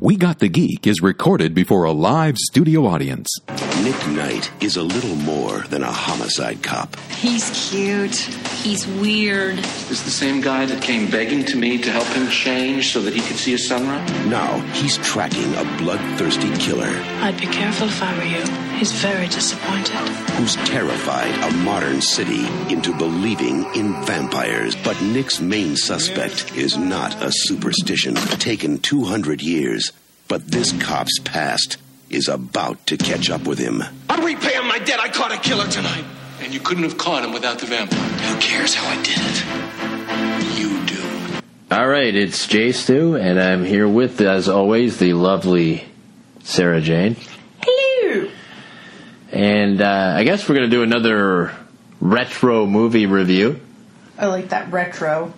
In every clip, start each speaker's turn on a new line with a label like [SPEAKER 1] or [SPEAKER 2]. [SPEAKER 1] We Got the Geek is recorded before a live studio audience.
[SPEAKER 2] Nick Knight is a little more than a homicide cop.
[SPEAKER 3] He's cute. He's weird.
[SPEAKER 4] Is the same guy that came begging to me to help him change so that he could see a sunrise?
[SPEAKER 2] Now he's tracking a bloodthirsty killer
[SPEAKER 5] I'd be careful if I were you. He's very disappointed.
[SPEAKER 2] who's terrified a modern city into believing in vampires. But Nick's main suspect is not a superstition taken 200 years, but this cop's past is about to catch up with him.
[SPEAKER 6] I'm repaying my debt. I caught a killer tonight.
[SPEAKER 4] And you couldn't have caught him without the vampire.
[SPEAKER 6] Who cares how I did it? You do.
[SPEAKER 7] All right, it's Jay Stu, and I'm here with, as always, the lovely Sarah Jane.
[SPEAKER 3] Hello.
[SPEAKER 7] And uh, I guess we're going to do another retro movie review.
[SPEAKER 8] I like that retro.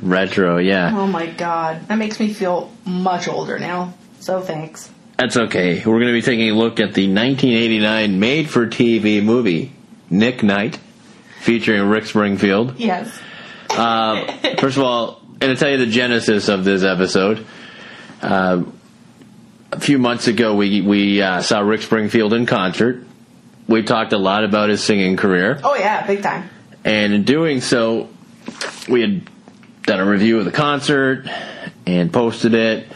[SPEAKER 7] Retro, yeah.
[SPEAKER 8] oh my god. That makes me feel much older now. So thanks.
[SPEAKER 7] That's okay. We're going to be taking a look at the 1989 made for TV movie, Nick Knight, featuring Rick Springfield.
[SPEAKER 8] Yes.
[SPEAKER 7] Uh, first of all, I'm going to tell you the genesis of this episode. Uh, a few months ago, we, we uh, saw Rick Springfield in concert. We talked a lot about his singing career.
[SPEAKER 8] Oh yeah, big time.
[SPEAKER 7] And in doing so, we had done a review of the concert and posted it.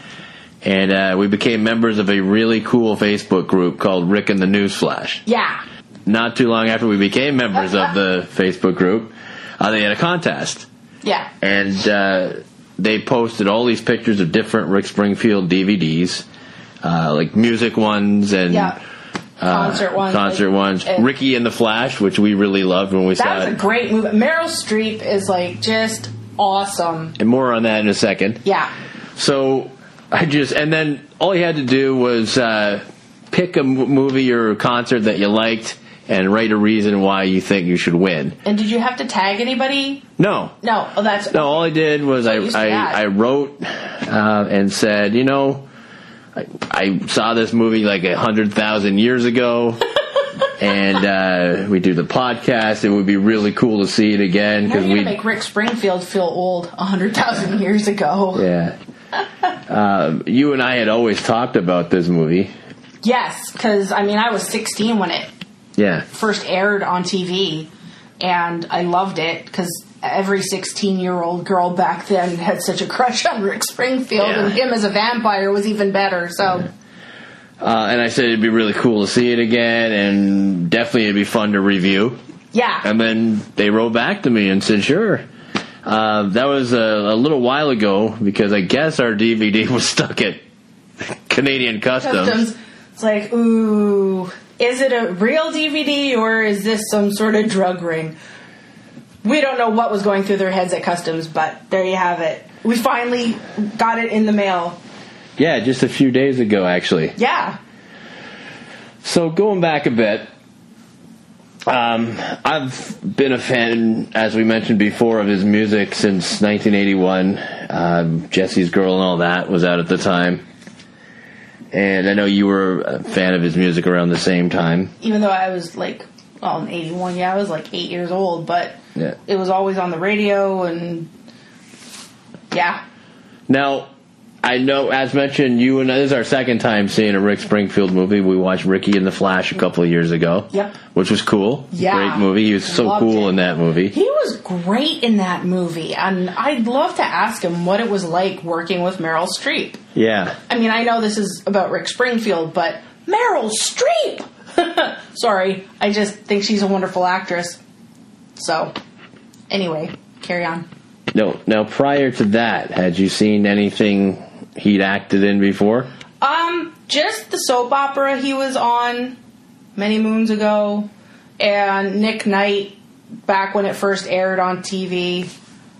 [SPEAKER 7] And uh, we became members of a really cool Facebook group called Rick and the Newsflash.
[SPEAKER 8] Yeah.
[SPEAKER 7] Not too long after we became members of the Facebook group, uh, they had a contest.
[SPEAKER 8] Yeah.
[SPEAKER 7] And uh, they posted all these pictures of different Rick Springfield DVDs, uh, like music ones and uh,
[SPEAKER 8] Yeah. Concert ones.
[SPEAKER 7] concert ones.
[SPEAKER 8] And-
[SPEAKER 7] Ricky and the Flash, which we really loved when we saw
[SPEAKER 8] That was
[SPEAKER 7] it.
[SPEAKER 8] a great movie. Meryl Streep is like just awesome.
[SPEAKER 7] and more on that in a second.
[SPEAKER 8] Yeah.
[SPEAKER 7] So I just and then all you had to do was uh, pick a m- movie or concert that you liked and write a reason why you think you should win.
[SPEAKER 8] And did you have to tag anybody?
[SPEAKER 7] No,
[SPEAKER 8] No. Oh, that's
[SPEAKER 7] no. All I did was I
[SPEAKER 8] Oh, you
[SPEAKER 7] I,
[SPEAKER 8] sad.
[SPEAKER 7] I wrote uh, and said, you know, I, I saw this movie like a hundred thousand years ago. And uh, we do the podcast. It would be really cool to see it again
[SPEAKER 8] Now
[SPEAKER 7] because
[SPEAKER 8] you're
[SPEAKER 7] we
[SPEAKER 8] gonna make Rick Springfield feel old a hundred thousand years ago.
[SPEAKER 7] yeah. Um, you and I had always talked about this movie.
[SPEAKER 8] Yes, because I mean I was 16 when it
[SPEAKER 7] Yeah.
[SPEAKER 8] first aired on TV, and I loved it because every 16 year old girl back then had such a crush on Rick Springfield,
[SPEAKER 7] Yeah.
[SPEAKER 8] and him as a vampire was even better. So,
[SPEAKER 7] Uh, and I said it'd be really cool to see it again, and definitely it'd be fun to review.
[SPEAKER 8] yeah.
[SPEAKER 7] And then they wrote back to me and said, "Sure." Uh, that was a, a little while ago because I guess our DVD was stuck at Canadian Customs.
[SPEAKER 8] Customs. It's like, ooh, is it a real DVD or is this some sort of drug ring? We don't know what was going through their heads at customs, but there you have it. We finally got it in the mail.
[SPEAKER 7] Yeah, just a few days ago, actually.
[SPEAKER 8] Yeah.
[SPEAKER 7] So going back a bit, um, I've been a fan, as we mentioned before, of his music since 1981. Um, Jesse's Girl and all that was out at the time, and I know you were a fan of his music around the same time.
[SPEAKER 8] even though I was like, well, in '81, yeah, I was like eight years old, but
[SPEAKER 7] Yeah.
[SPEAKER 8] it was always on the radio, and yeah,
[SPEAKER 7] Now, I know, as mentioned, you and this is our second time seeing a Rick Springfield movie. We watched Ricky and the Flash a couple of years ago.
[SPEAKER 8] Yep.
[SPEAKER 7] which was cool.
[SPEAKER 8] Yeah.
[SPEAKER 7] great movie. He was so
[SPEAKER 8] Loved
[SPEAKER 7] cool
[SPEAKER 8] it.
[SPEAKER 7] in that movie.
[SPEAKER 8] he was great in that movie, and I'd love to ask him what it was like working with Meryl Streep.
[SPEAKER 7] Yeah.
[SPEAKER 8] I mean, I know this is about Rick Springfield, but Meryl Streep. Sorry, I just think she's a wonderful actress. So, anyway, carry on.
[SPEAKER 7] No. Now, prior to that, had you seen anything he'd acted in before?
[SPEAKER 8] Um, just the soap opera he was on many moons ago, and Nick Knight back when it first aired on TV.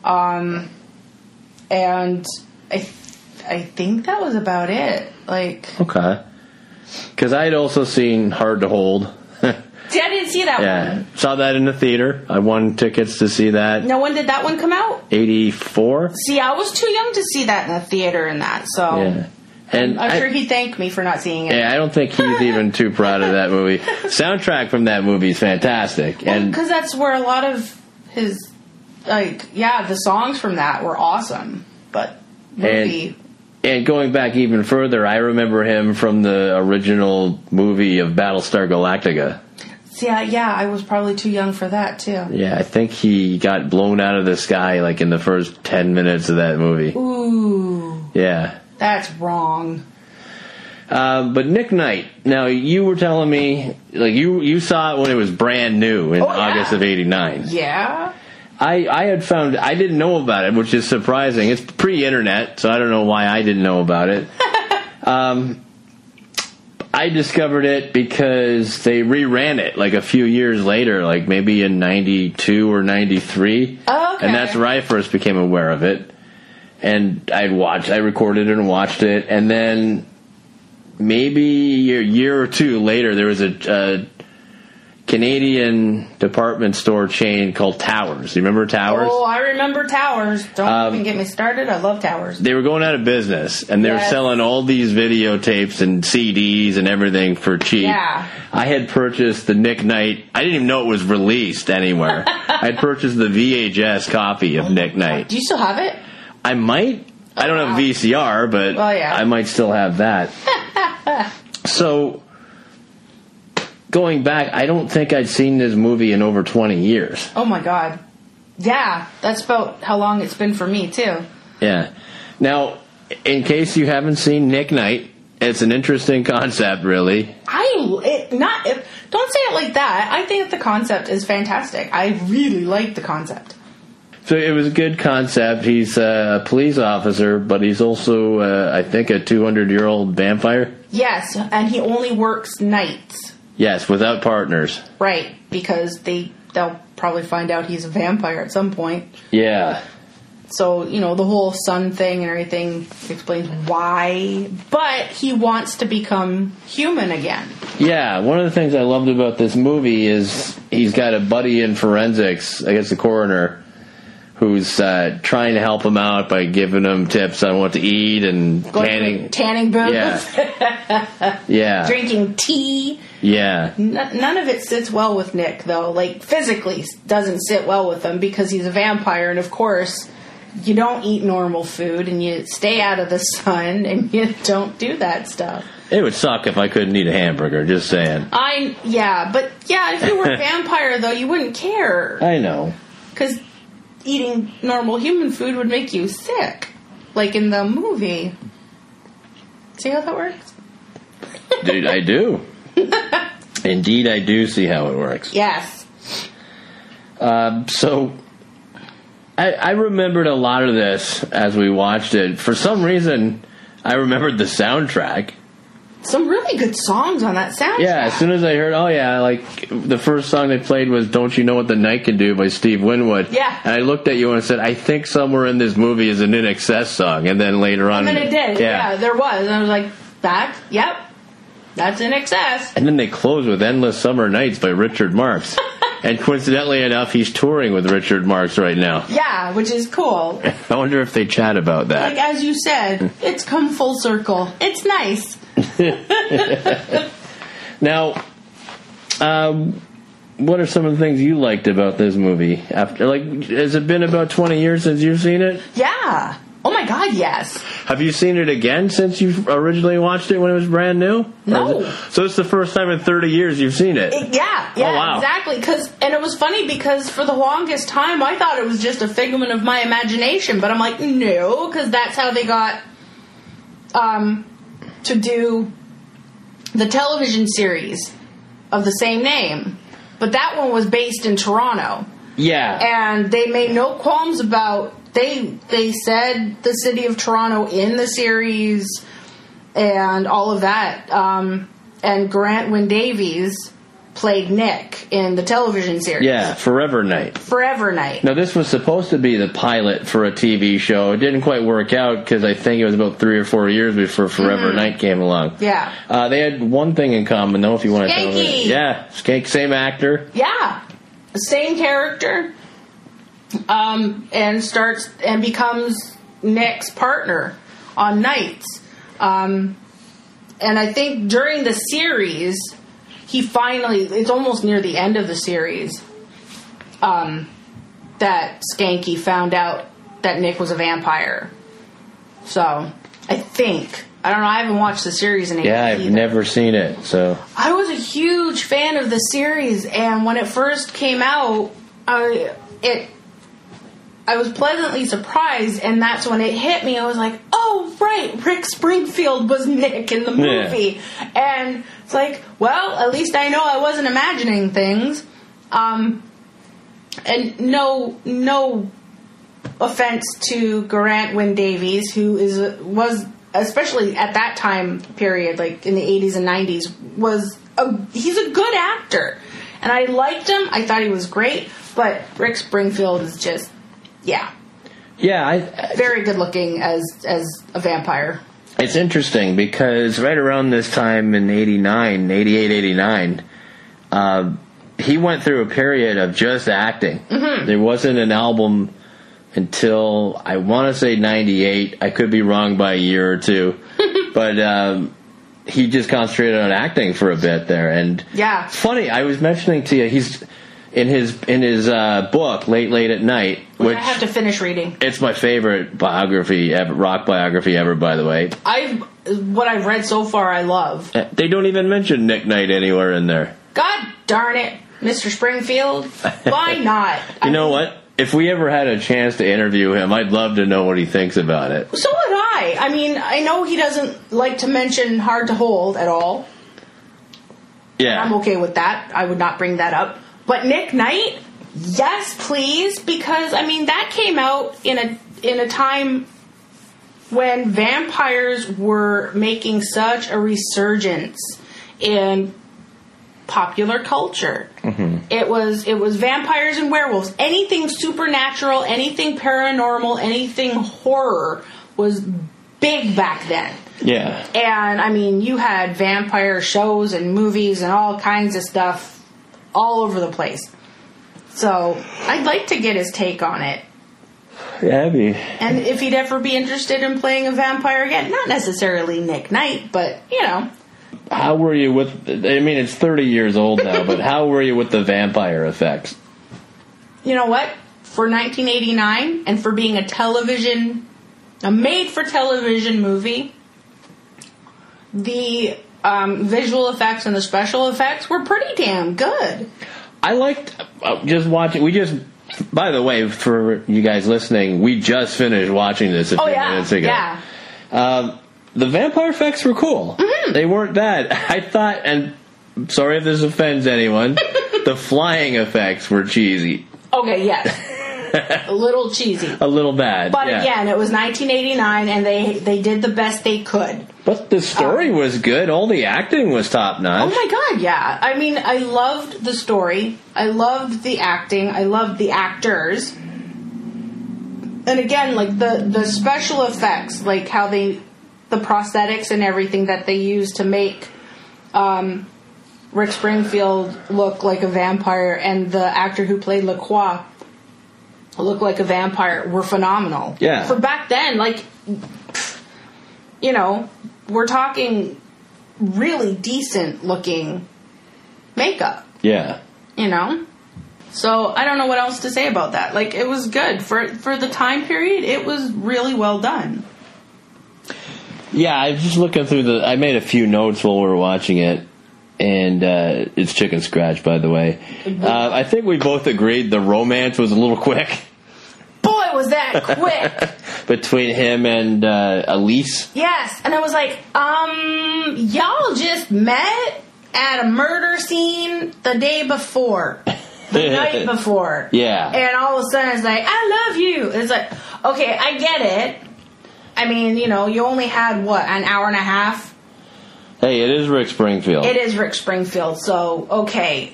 [SPEAKER 8] Um, and I, th- I think that was about it. Like,
[SPEAKER 7] Okay. Because I'd also seen Hard to Hold.
[SPEAKER 8] see, I didn't see that
[SPEAKER 7] yeah,
[SPEAKER 8] one.
[SPEAKER 7] saw that in the theater. I won tickets to see that.
[SPEAKER 8] Now, when did that one come out?
[SPEAKER 7] Eighty-four.
[SPEAKER 8] See, I was too young to see that in the theater and that, so
[SPEAKER 7] Yeah. And
[SPEAKER 8] I'm
[SPEAKER 7] I-
[SPEAKER 8] sure he thanked me for not seeing it.
[SPEAKER 7] Yeah, I don't think he's even too proud of that movie. Soundtrack from that movie is fantastic, and
[SPEAKER 8] because that's where a lot of his like yeah the songs from that were awesome but movie
[SPEAKER 7] and going back even further, I remember him from the original movie of Battlestar Galactica.
[SPEAKER 8] Yeah, yeah, I was probably too young for that too.
[SPEAKER 7] Yeah, I think he got blown out of the sky like in the first 10 minutes of that movie.
[SPEAKER 8] Ooh,
[SPEAKER 7] Yeah.
[SPEAKER 8] that's wrong.
[SPEAKER 7] Uh, but Nick Knight, now you were telling me, like, you, you saw it when it was brand new in
[SPEAKER 8] Oh, yeah.
[SPEAKER 7] August of 89.
[SPEAKER 8] Yeah.
[SPEAKER 7] I, I had found I didn't know about it, which is surprising. It's pre-internet, so I don't know why I didn't know about it. um, I discovered it because they reran it like a few years later, like maybe in '92 or '93,
[SPEAKER 8] Oh, okay.
[SPEAKER 7] and that's where I first became aware of it. And I'd watched, I recorded it and watched it, and then maybe a year or two later, there was a. a Canadian department store chain called Towers. You remember Towers?
[SPEAKER 8] Oh, I remember towers. Don't
[SPEAKER 7] Um,
[SPEAKER 8] even get me started. I love towers.
[SPEAKER 7] They were going out of business and they were
[SPEAKER 8] Yes.
[SPEAKER 7] selling all these videotapes and CDs and everything for cheap.
[SPEAKER 8] Yeah.
[SPEAKER 7] I had purchased the Nick Knight. I didn't even know it was released anywhere. I had purchased the VHS copy of Nick Knight.
[SPEAKER 8] Do you still have it?
[SPEAKER 7] I might. I don't have VCR, but
[SPEAKER 8] Well, yeah.
[SPEAKER 7] I might still have that. so, going back, I don't think I'd seen this movie in over 20 years.
[SPEAKER 8] Oh my god. Yeah, that's about how long it's been for me too.
[SPEAKER 7] Yeah. Now, in case you haven't seen Nick Knight, it's an interesting concept, really.
[SPEAKER 8] I it, not it, don't say it like that. I think the concept is fantastic. I really like the concept.
[SPEAKER 7] So it was a good concept. He's a police officer, but he's also, uh, I think, a 200 year old vampire.
[SPEAKER 8] Yes, and he only works nights,
[SPEAKER 7] Yes, without partners.
[SPEAKER 8] right? Because they they'll probably find out he's a vampire at some point.
[SPEAKER 7] Yeah.
[SPEAKER 8] So you know the whole sun thing and everything explains why. But he wants to become human again.
[SPEAKER 7] Yeah, one of the things I loved about this movie is he's got a buddy in forensics, I guess the coroner, who's uh, trying to help him out by giving him tips on what to eat and
[SPEAKER 8] Going to
[SPEAKER 7] planning.
[SPEAKER 8] tanning booth,
[SPEAKER 7] Yeah. yeah.
[SPEAKER 8] drinking tea.
[SPEAKER 7] Yeah.
[SPEAKER 8] N- none of it sits well with Nick, though. Like, physically s- doesn't sit well with him because he's a vampire, and of course, you don't eat normal food and you stay out of the sun and you don't do that stuff.
[SPEAKER 7] It would suck if I couldn't eat a hamburger, just saying.
[SPEAKER 8] I, yeah, but yeah, if you were a vampire, though, you wouldn't care
[SPEAKER 7] I know.
[SPEAKER 8] because eating normal human food would make you sick, like in the movie. See how that works?
[SPEAKER 7] Dude, I do. Indeed, I do see how it works.
[SPEAKER 8] Yes.
[SPEAKER 7] Um, so, I, I remembered a lot of this as we watched it. For some reason, I remembered the soundtrack.
[SPEAKER 8] Some really good songs on that soundtrack.
[SPEAKER 7] Yeah, as soon as I heard, oh yeah, like the first song they played was "Don't You Know What the Night Can Do" by Steve Winwood.
[SPEAKER 8] Yeah.
[SPEAKER 7] and I looked at you and said, I think somewhere in this movie is an In Excess song, and then later on,
[SPEAKER 8] And then it did. Yeah.
[SPEAKER 7] yeah,
[SPEAKER 8] there was. And I was like, that, yep, that's in excess.
[SPEAKER 7] And then they close with Endless Summer Nights by Richard Marx. and coincidentally enough, he's touring with Richard Marx right now.
[SPEAKER 8] Yeah, which is cool.
[SPEAKER 7] I wonder if they chat about
[SPEAKER 8] Like,
[SPEAKER 7] that.
[SPEAKER 8] as you said, it's come full circle. It's nice.
[SPEAKER 7] Now, um, what are some of the things you liked about this movie? After, like, has it been about 20 years since you've seen it?
[SPEAKER 8] Yeah. Oh my god, yes.
[SPEAKER 7] Have you seen it again since you originally watched it when it was brand new?
[SPEAKER 8] No.
[SPEAKER 7] Or is it- So it's the first time in 30 years you've seen it.
[SPEAKER 8] It- yeah, yeah,
[SPEAKER 7] Oh, wow.
[SPEAKER 8] exactly. Cause, and it was funny because for the longest time I thought it was just a figment of my imagination, but I'm like, no, because that's how they got um, to do the television series of the same name. But that one was based in Toronto,
[SPEAKER 7] Yeah.
[SPEAKER 8] and they made no qualms about they they said the city of Toronto in the series and all of that. Um, and Grant Wynne Davies played Nick in the television series.
[SPEAKER 7] Yeah, Forever Night.
[SPEAKER 8] Forever Night.
[SPEAKER 7] Now, this was supposed to be the pilot for a TV show. It didn't quite work out because I think it was about three or four years before Forever Night came along.
[SPEAKER 8] Yeah.
[SPEAKER 7] Uh, they had one thing in common, though, if you want to tell
[SPEAKER 8] Skanky!
[SPEAKER 7] me. Yeah, Skank, same actor.
[SPEAKER 8] Yeah, same character, um, and starts and becomes Nick's partner on nights. Um, and I think during the series, he finally, it's almost near the end of the series, um, that Skanky found out that Nick was a vampire. So, I think. I don't know. I haven't watched the series in ages.
[SPEAKER 7] Yeah, I've
[SPEAKER 8] either.
[SPEAKER 7] never seen it, so
[SPEAKER 8] I was a huge fan of the series, and when it first came out, I it I was pleasantly surprised, and that's when it hit me. I was like, "Oh right, Rick Springfield was Nick in the movie," and it's like, "Well, at least I know I wasn't imagining things." Um, and no, no offense to Garant Wynne Davies, who is was especially at that time period, like in the eighties and nineties, was a he's a good actor, and I liked him. I thought he was great, but Rick Springfield is just yeah,
[SPEAKER 7] yeah, I,
[SPEAKER 8] very good looking as as a vampire.
[SPEAKER 7] it's interesting because right around this time in 89 88 89 uh, he went through a period of just acting there wasn't an album until i want to say 98 i could be wrong by a year or two but um, he just concentrated on acting for a bit there and
[SPEAKER 8] Yeah.
[SPEAKER 7] it's funny i was mentioning to you he's in his in his uh, book late late at night
[SPEAKER 8] Which
[SPEAKER 7] which
[SPEAKER 8] I have to finish reading.
[SPEAKER 7] it's my favorite biography ever rock biography ever by the way Eh,
[SPEAKER 8] I've what I've read so far, I love.
[SPEAKER 7] They don't even mention Nick Knight anywhere in there.
[SPEAKER 8] God darn it, Mr. Springfield, why not?
[SPEAKER 7] You know what? If we ever had a chance to interview him, I'd love to know what he thinks about it.
[SPEAKER 8] So would I. I mean, I know he doesn't like to mention hard to hold at all. I'm
[SPEAKER 7] Yeah.
[SPEAKER 8] okay with that. I would not bring that up. But Nick Knight, yes, please, because I mean that came out in a in a time when vampires were making such a resurgence in popular culture. It was it was vampires and werewolves. Anything supernatural, anything paranormal, anything horror was big back then.
[SPEAKER 7] Yeah.
[SPEAKER 8] And I mean, you had vampire shows and movies and all kinds of stuff all over the place. So I'd like to get his take on it.
[SPEAKER 7] Abby.
[SPEAKER 8] And if he'd ever be interested in playing a vampire again, not necessarily Nick Knight, but you know,
[SPEAKER 7] How were you with I mean it's 30 years old now, but how were you with the vampire effects?
[SPEAKER 8] you know what? For 1989 and for being a television, a made for television movie, the um, visual effects and the special effects were pretty damn good.
[SPEAKER 7] I liked uh, just watching we just by the way, for you guys listening, we just finished watching this a few
[SPEAKER 8] Oh, yeah.
[SPEAKER 7] minutes ago.
[SPEAKER 8] Yeah.
[SPEAKER 7] Um, the vampire effects were cool.
[SPEAKER 8] Mm-hmm.
[SPEAKER 7] They weren't bad. I thought, and I'm sorry if this offends anyone, the flying effects were cheesy,
[SPEAKER 8] Okay, yes. a little cheesy.
[SPEAKER 7] a little bad.
[SPEAKER 8] But
[SPEAKER 7] yeah.
[SPEAKER 8] again, it was 1989 and they they did the best they could.
[SPEAKER 7] but the
[SPEAKER 8] Um,
[SPEAKER 7] story was good. All the acting was top
[SPEAKER 8] Oh
[SPEAKER 7] notch.
[SPEAKER 8] my god, yeah. I mean, I loved the story. I loved the acting. I loved the actors. And again, like the the special effects, like how they the prosthetics and everything that they used to make um Rick Springfield look like a vampire and the actor who played LaCroix look like a vampire were phenomenal.
[SPEAKER 7] Yeah.
[SPEAKER 8] For back then, like you know, we're talking really decent looking makeup,
[SPEAKER 7] yeah.
[SPEAKER 8] you know? So I don't know what else to say about that. Like it was good for for the time period. It was really well done.
[SPEAKER 7] Yeah, I was just looking through the. I made a few notes while we were watching it, and uh, it's chicken scratch, by the way. Uh, I think we both agreed the romance was a little quick
[SPEAKER 8] Boy, was that quick!
[SPEAKER 7] between him and uh, Elise.
[SPEAKER 8] yes, and I was like, um, y'all just met at a murder scene the day before, the night before.
[SPEAKER 7] Yeah.
[SPEAKER 8] and all of a sudden it's like, I love you. It's like, okay, I get it. I mean, you know, you only had what an hour and a half.
[SPEAKER 7] Hey, it is Rick Springfield.
[SPEAKER 8] It is Rick Springfield, so okay,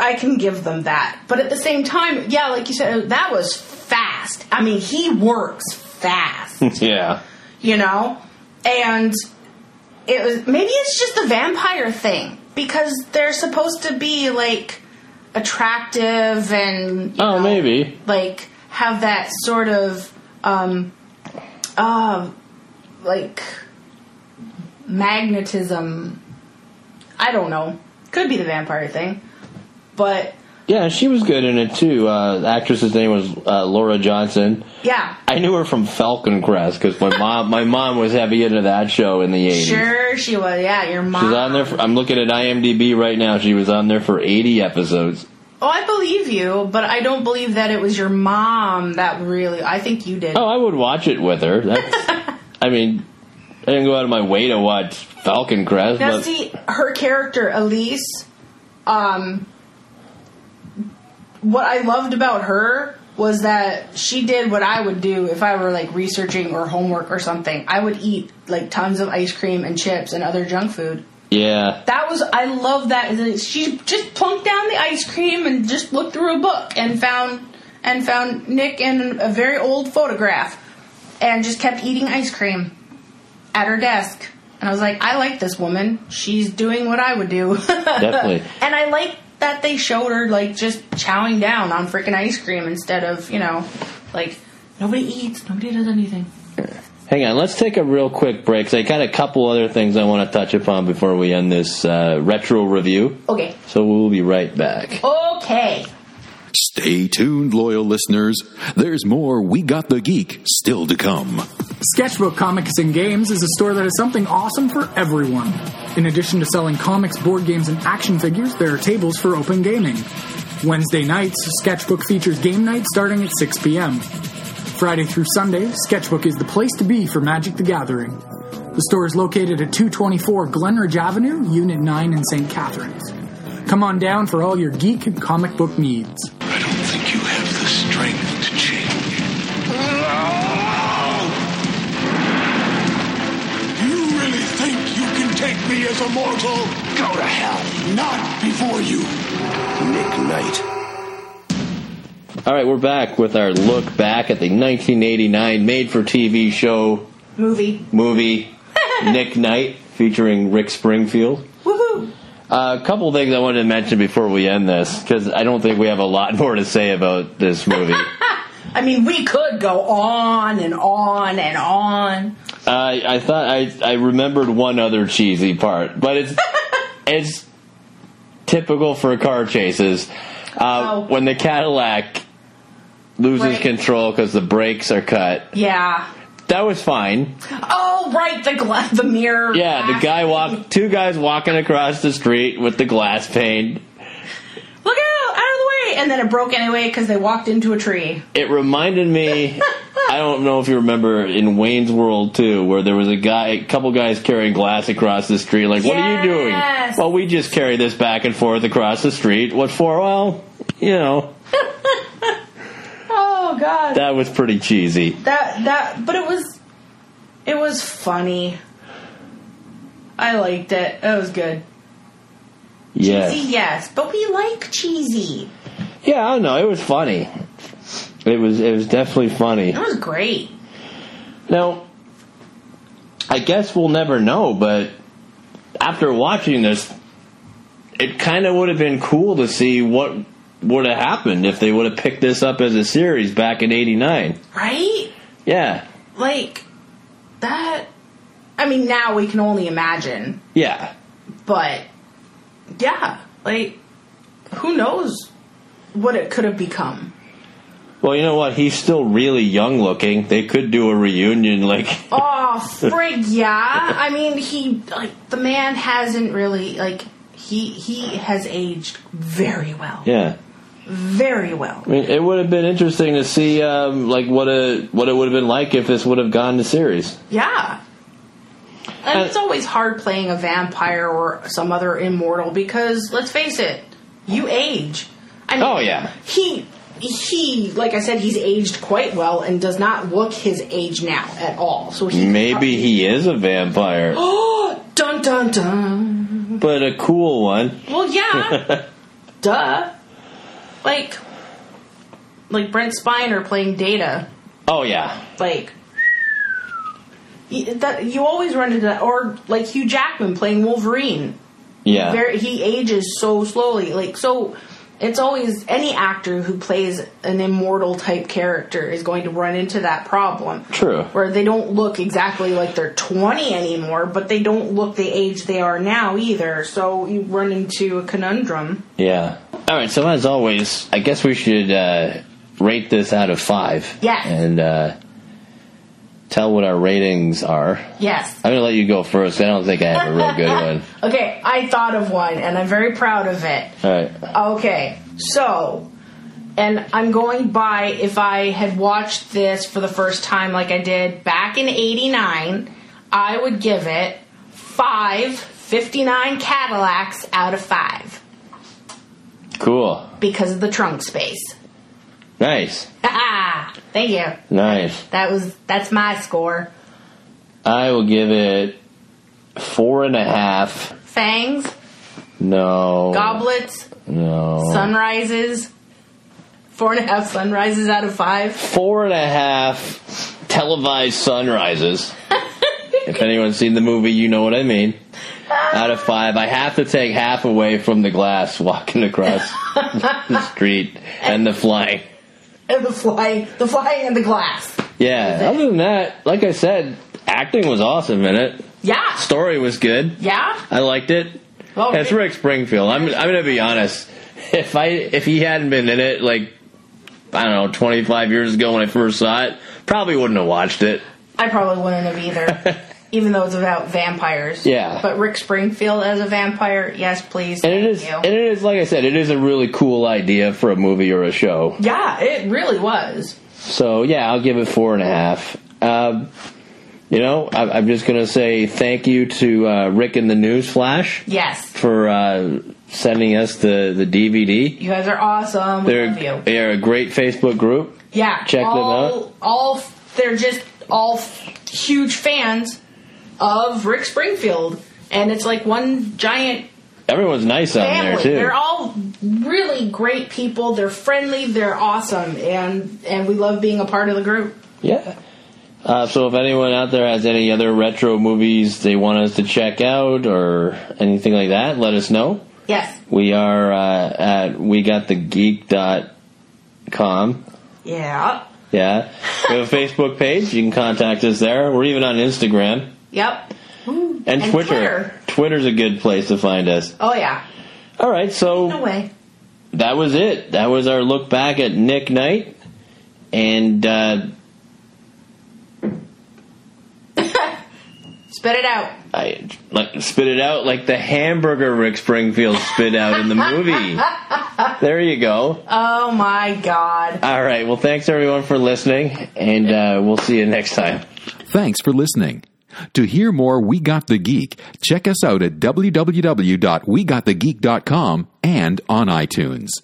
[SPEAKER 8] I can give them that. But at the same time, yeah, like you said, that was fast. I mean, he works fast,
[SPEAKER 7] Yeah.
[SPEAKER 8] you know, and it was maybe it's just the vampire thing because they're supposed to be like attractive and you
[SPEAKER 7] Oh,
[SPEAKER 8] know,
[SPEAKER 7] maybe.
[SPEAKER 8] like have that sort of um uh like magnetism i don't know could be the vampire thing but
[SPEAKER 7] Yeah, she was good in it too. Uh, the actress's name was uh, Laura Johnson.
[SPEAKER 8] Yeah.
[SPEAKER 7] I knew her from Falcon Crest because my mom, my mom was heavy into that show in the eighties.
[SPEAKER 8] Sure, she was. Yeah, your mom.
[SPEAKER 7] She's on there. For, I'm looking at IMDb right now. She was on there for 80 episodes.
[SPEAKER 8] Oh, I believe you, but I don't believe that it was your mom that really. I think you did.
[SPEAKER 7] Oh, I would watch it with her. That's, I mean, I didn't go out of my way to watch Falcon Crest.
[SPEAKER 8] now,
[SPEAKER 7] but
[SPEAKER 8] see, her character, Elise, um, what I loved about her was that she did what I would do if I were like researching or homework or something. I would eat like tons of ice cream and chips and other junk food.
[SPEAKER 7] yeah,
[SPEAKER 8] That was I love that she just plunked down the ice cream and just looked through a book and found and found Nick in a very old photograph and just kept eating ice cream at her desk. And I was like, I like this woman. She's doing what I would do.
[SPEAKER 7] Definitely.
[SPEAKER 8] And I like that they showed her like just chowing down on freaking ice cream instead of, you know, like nobody eats, nobody does anything.
[SPEAKER 7] hang on. Let's take a real quick break. 'cause I got a couple other things I want to touch upon before we end this uh, retro review.
[SPEAKER 8] Okay. Oh.
[SPEAKER 7] So we'll be right back.
[SPEAKER 8] Okay.
[SPEAKER 1] Stay tuned, loyal listeners. There's more We Got the Geek still to come.
[SPEAKER 9] Sketchbook Comics and Games is a store that has something awesome for everyone. In addition to selling comics, board games, and action figures, there are tables for open gaming. Wednesday nights, Sketchbook features game night starting at 6 p.m. Friday through Sunday, Sketchbook is the place to be for Magic the Gathering. The store is located at 224 Glenridge Avenue, Unit 9 in St. Catharines. Come on down for all your geek and comic book needs.
[SPEAKER 6] I don't think you have the strength to change.
[SPEAKER 10] You really think you can take me as a mortal? Go to hell. Not before you.
[SPEAKER 2] Nick Knight.
[SPEAKER 7] All right, we're back with our look back at the 1989 made-for-TV show
[SPEAKER 8] Movie.
[SPEAKER 7] movie Nick Knight featuring Rick Springfield.
[SPEAKER 8] Woohoo.
[SPEAKER 7] Uh, a couple things I wanted to mention before we end this because I don't think we have a lot more to say about this movie. uh,
[SPEAKER 8] I mean, we could go on and on and on.
[SPEAKER 7] I thought I I remembered one other cheesy part, but it's it's typical for car chases uh,
[SPEAKER 8] Oh.
[SPEAKER 7] when the Cadillac loses
[SPEAKER 8] Right.
[SPEAKER 7] control because the brakes are cut.
[SPEAKER 8] Yeah.
[SPEAKER 7] That was fine.
[SPEAKER 8] Oh, right, the gla- the mirror.
[SPEAKER 7] Yeah, the
[SPEAKER 8] glass.
[SPEAKER 7] guy walk two guys walking across the street with the glass pane.
[SPEAKER 8] Look out, out of the way! And then it broke anyway because they walked into a tree.
[SPEAKER 7] It reminded me. I don't know if you remember in Wayne's World too, where there was a guy, a couple guys carrying glass across the street. Like, what are you doing?
[SPEAKER 8] Yes.
[SPEAKER 7] Well, we just carry this back and forth across the street. What for? Well, you know,
[SPEAKER 8] Oh God.
[SPEAKER 7] that was pretty cheesy.
[SPEAKER 8] that that, but it was, it was funny. I liked it. It was good. Cheesy,
[SPEAKER 7] Yeah,
[SPEAKER 8] yes, but we like cheesy.
[SPEAKER 7] yeah. I don't know. It was funny. It was. It was definitely funny.
[SPEAKER 8] It was great.
[SPEAKER 7] Now, I guess we'll never know, but after watching this, it kind of would have been cool to see what would have happened if they would have picked this up as a series back in '89.
[SPEAKER 8] Right?
[SPEAKER 7] Yeah,
[SPEAKER 8] Like, that. I mean, now we can only imagine.
[SPEAKER 7] yeah,
[SPEAKER 8] But yeah, like who knows what it could have become?
[SPEAKER 7] Well, you know what? He's still really young looking. They could do a reunion, like
[SPEAKER 8] Oh, frig yeah. I mean, he like the man hasn't really like he he has aged very well.
[SPEAKER 7] yeah.
[SPEAKER 8] Very well.
[SPEAKER 7] I mean, it would have been interesting to see, um, like what a what it would have been like if this would have gone to series.
[SPEAKER 8] Yeah. And
[SPEAKER 7] Uh,
[SPEAKER 8] it's always hard playing a vampire or some other immortal because let's face it, you age. I mean,
[SPEAKER 7] Oh, yeah.
[SPEAKER 8] He he like I said he's aged quite well and does not look his age now at all. So he
[SPEAKER 7] Maybe he is a vampire,
[SPEAKER 8] dun dun dun.
[SPEAKER 7] but a cool one.
[SPEAKER 8] Well, yeah. Duh. Like like Brent Spiner playing Data.
[SPEAKER 7] Oh yeah,
[SPEAKER 8] Like y- that you always run into that or like Hugh Jackman playing Wolverine.
[SPEAKER 7] yeah.
[SPEAKER 8] very he ages so slowly like so it's always any actor who plays an immortal type character is going to run into that problem
[SPEAKER 7] True.
[SPEAKER 8] where they don't look exactly like they're 20 anymore but they don't look the age they are now either so you run into a conundrum
[SPEAKER 7] Yeah. All right, so as always, I guess we should uh, rate this out of five.
[SPEAKER 8] Yes.
[SPEAKER 7] And uh, tell what our ratings are. I'm
[SPEAKER 8] Yes.
[SPEAKER 7] going to let you go first. I don't think I have a real good one.
[SPEAKER 8] Okay, I thought of one and I'm very proud of it.
[SPEAKER 7] All right.
[SPEAKER 8] Okay, so, and I'm going by if I had watched this for the first time like I did back in 89, I would give it five 59 Cadillacs out of five
[SPEAKER 7] Cool.
[SPEAKER 8] because of the trunk space.
[SPEAKER 7] Nice.
[SPEAKER 8] Ah, thank you.
[SPEAKER 7] Nice.
[SPEAKER 8] That was, that's my score.
[SPEAKER 7] I will give it four and a half.
[SPEAKER 8] Fangs,
[SPEAKER 7] No.
[SPEAKER 8] goblets,
[SPEAKER 7] No.
[SPEAKER 8] sunrises, four and a half sunrises out of five.
[SPEAKER 7] four and a half televised sunrises. if anyone's seen the movie, you know what I mean. Out of five, I have to take half away from the glass walking across the street and the flying.
[SPEAKER 8] And the flying, the flying and the glass.
[SPEAKER 7] Yeah, other than that, like I said, acting was awesome in it.
[SPEAKER 8] Yeah.
[SPEAKER 7] Story was good.
[SPEAKER 8] Yeah?
[SPEAKER 7] I liked it.
[SPEAKER 8] Oh,
[SPEAKER 7] it's
[SPEAKER 8] really?
[SPEAKER 7] Rick Springfield. I'm I'm gonna be honest. If I if he hadn't been in it like I don't know 25 years ago when I first saw it, probably wouldn't have watched it.
[SPEAKER 8] I probably wouldn't have either. even though it's about vampires.
[SPEAKER 7] Yeah.
[SPEAKER 8] But Rick Springfield as a vampire, yes, please.
[SPEAKER 7] And it
[SPEAKER 8] thank
[SPEAKER 7] is
[SPEAKER 8] you.
[SPEAKER 7] and it is like I said, it is a really cool idea for a movie or a show.
[SPEAKER 8] yeah, it really was.
[SPEAKER 7] So yeah, I'll give it four and a half. Um, you know, I, I'm just gonna say thank you to uh, Rick in the News Flash
[SPEAKER 8] Yes.
[SPEAKER 7] for uh, sending us the the DVD.
[SPEAKER 8] You guys are awesome. We love
[SPEAKER 7] They're,
[SPEAKER 8] you.
[SPEAKER 7] they're a great Facebook group.
[SPEAKER 8] yeah.
[SPEAKER 7] check them
[SPEAKER 8] all,
[SPEAKER 7] out.
[SPEAKER 8] All they're just all huge fans of Rick Springfield. And it's like one giant
[SPEAKER 7] Everyone's nice on there
[SPEAKER 8] family.
[SPEAKER 7] too.
[SPEAKER 8] They're all really great people. They're friendly. They're awesome, and and we love being a part of the group.
[SPEAKER 7] yeah. Uh, so if anyone out there has any other retro movies they want us to check out or anything like that, let us know.
[SPEAKER 8] Yes.
[SPEAKER 7] We are uh, at wegotthegeek.com.
[SPEAKER 8] Yeah.
[SPEAKER 7] Yeah. We have a Facebook page. You can contact us there. We're even on Instagram
[SPEAKER 8] Yep.
[SPEAKER 7] and,
[SPEAKER 8] And
[SPEAKER 7] Twitter.
[SPEAKER 8] Twitter.
[SPEAKER 7] Twitter's a good place to find us.
[SPEAKER 8] Oh yeah.
[SPEAKER 7] All right, so
[SPEAKER 8] No way.
[SPEAKER 7] that was it. That was our look back at Nick Knight. And uh,
[SPEAKER 8] Spit it out.
[SPEAKER 7] I like spit it out like the hamburger Rick Springfield spit out in the movie. there you go.
[SPEAKER 8] Oh my god.
[SPEAKER 7] All right. Well, thanks everyone for listening, and uh, we'll see you next time.
[SPEAKER 1] Thanks for listening. To hear more We Got the Geek, check us out at www.wegotthegeek.com and on iTunes.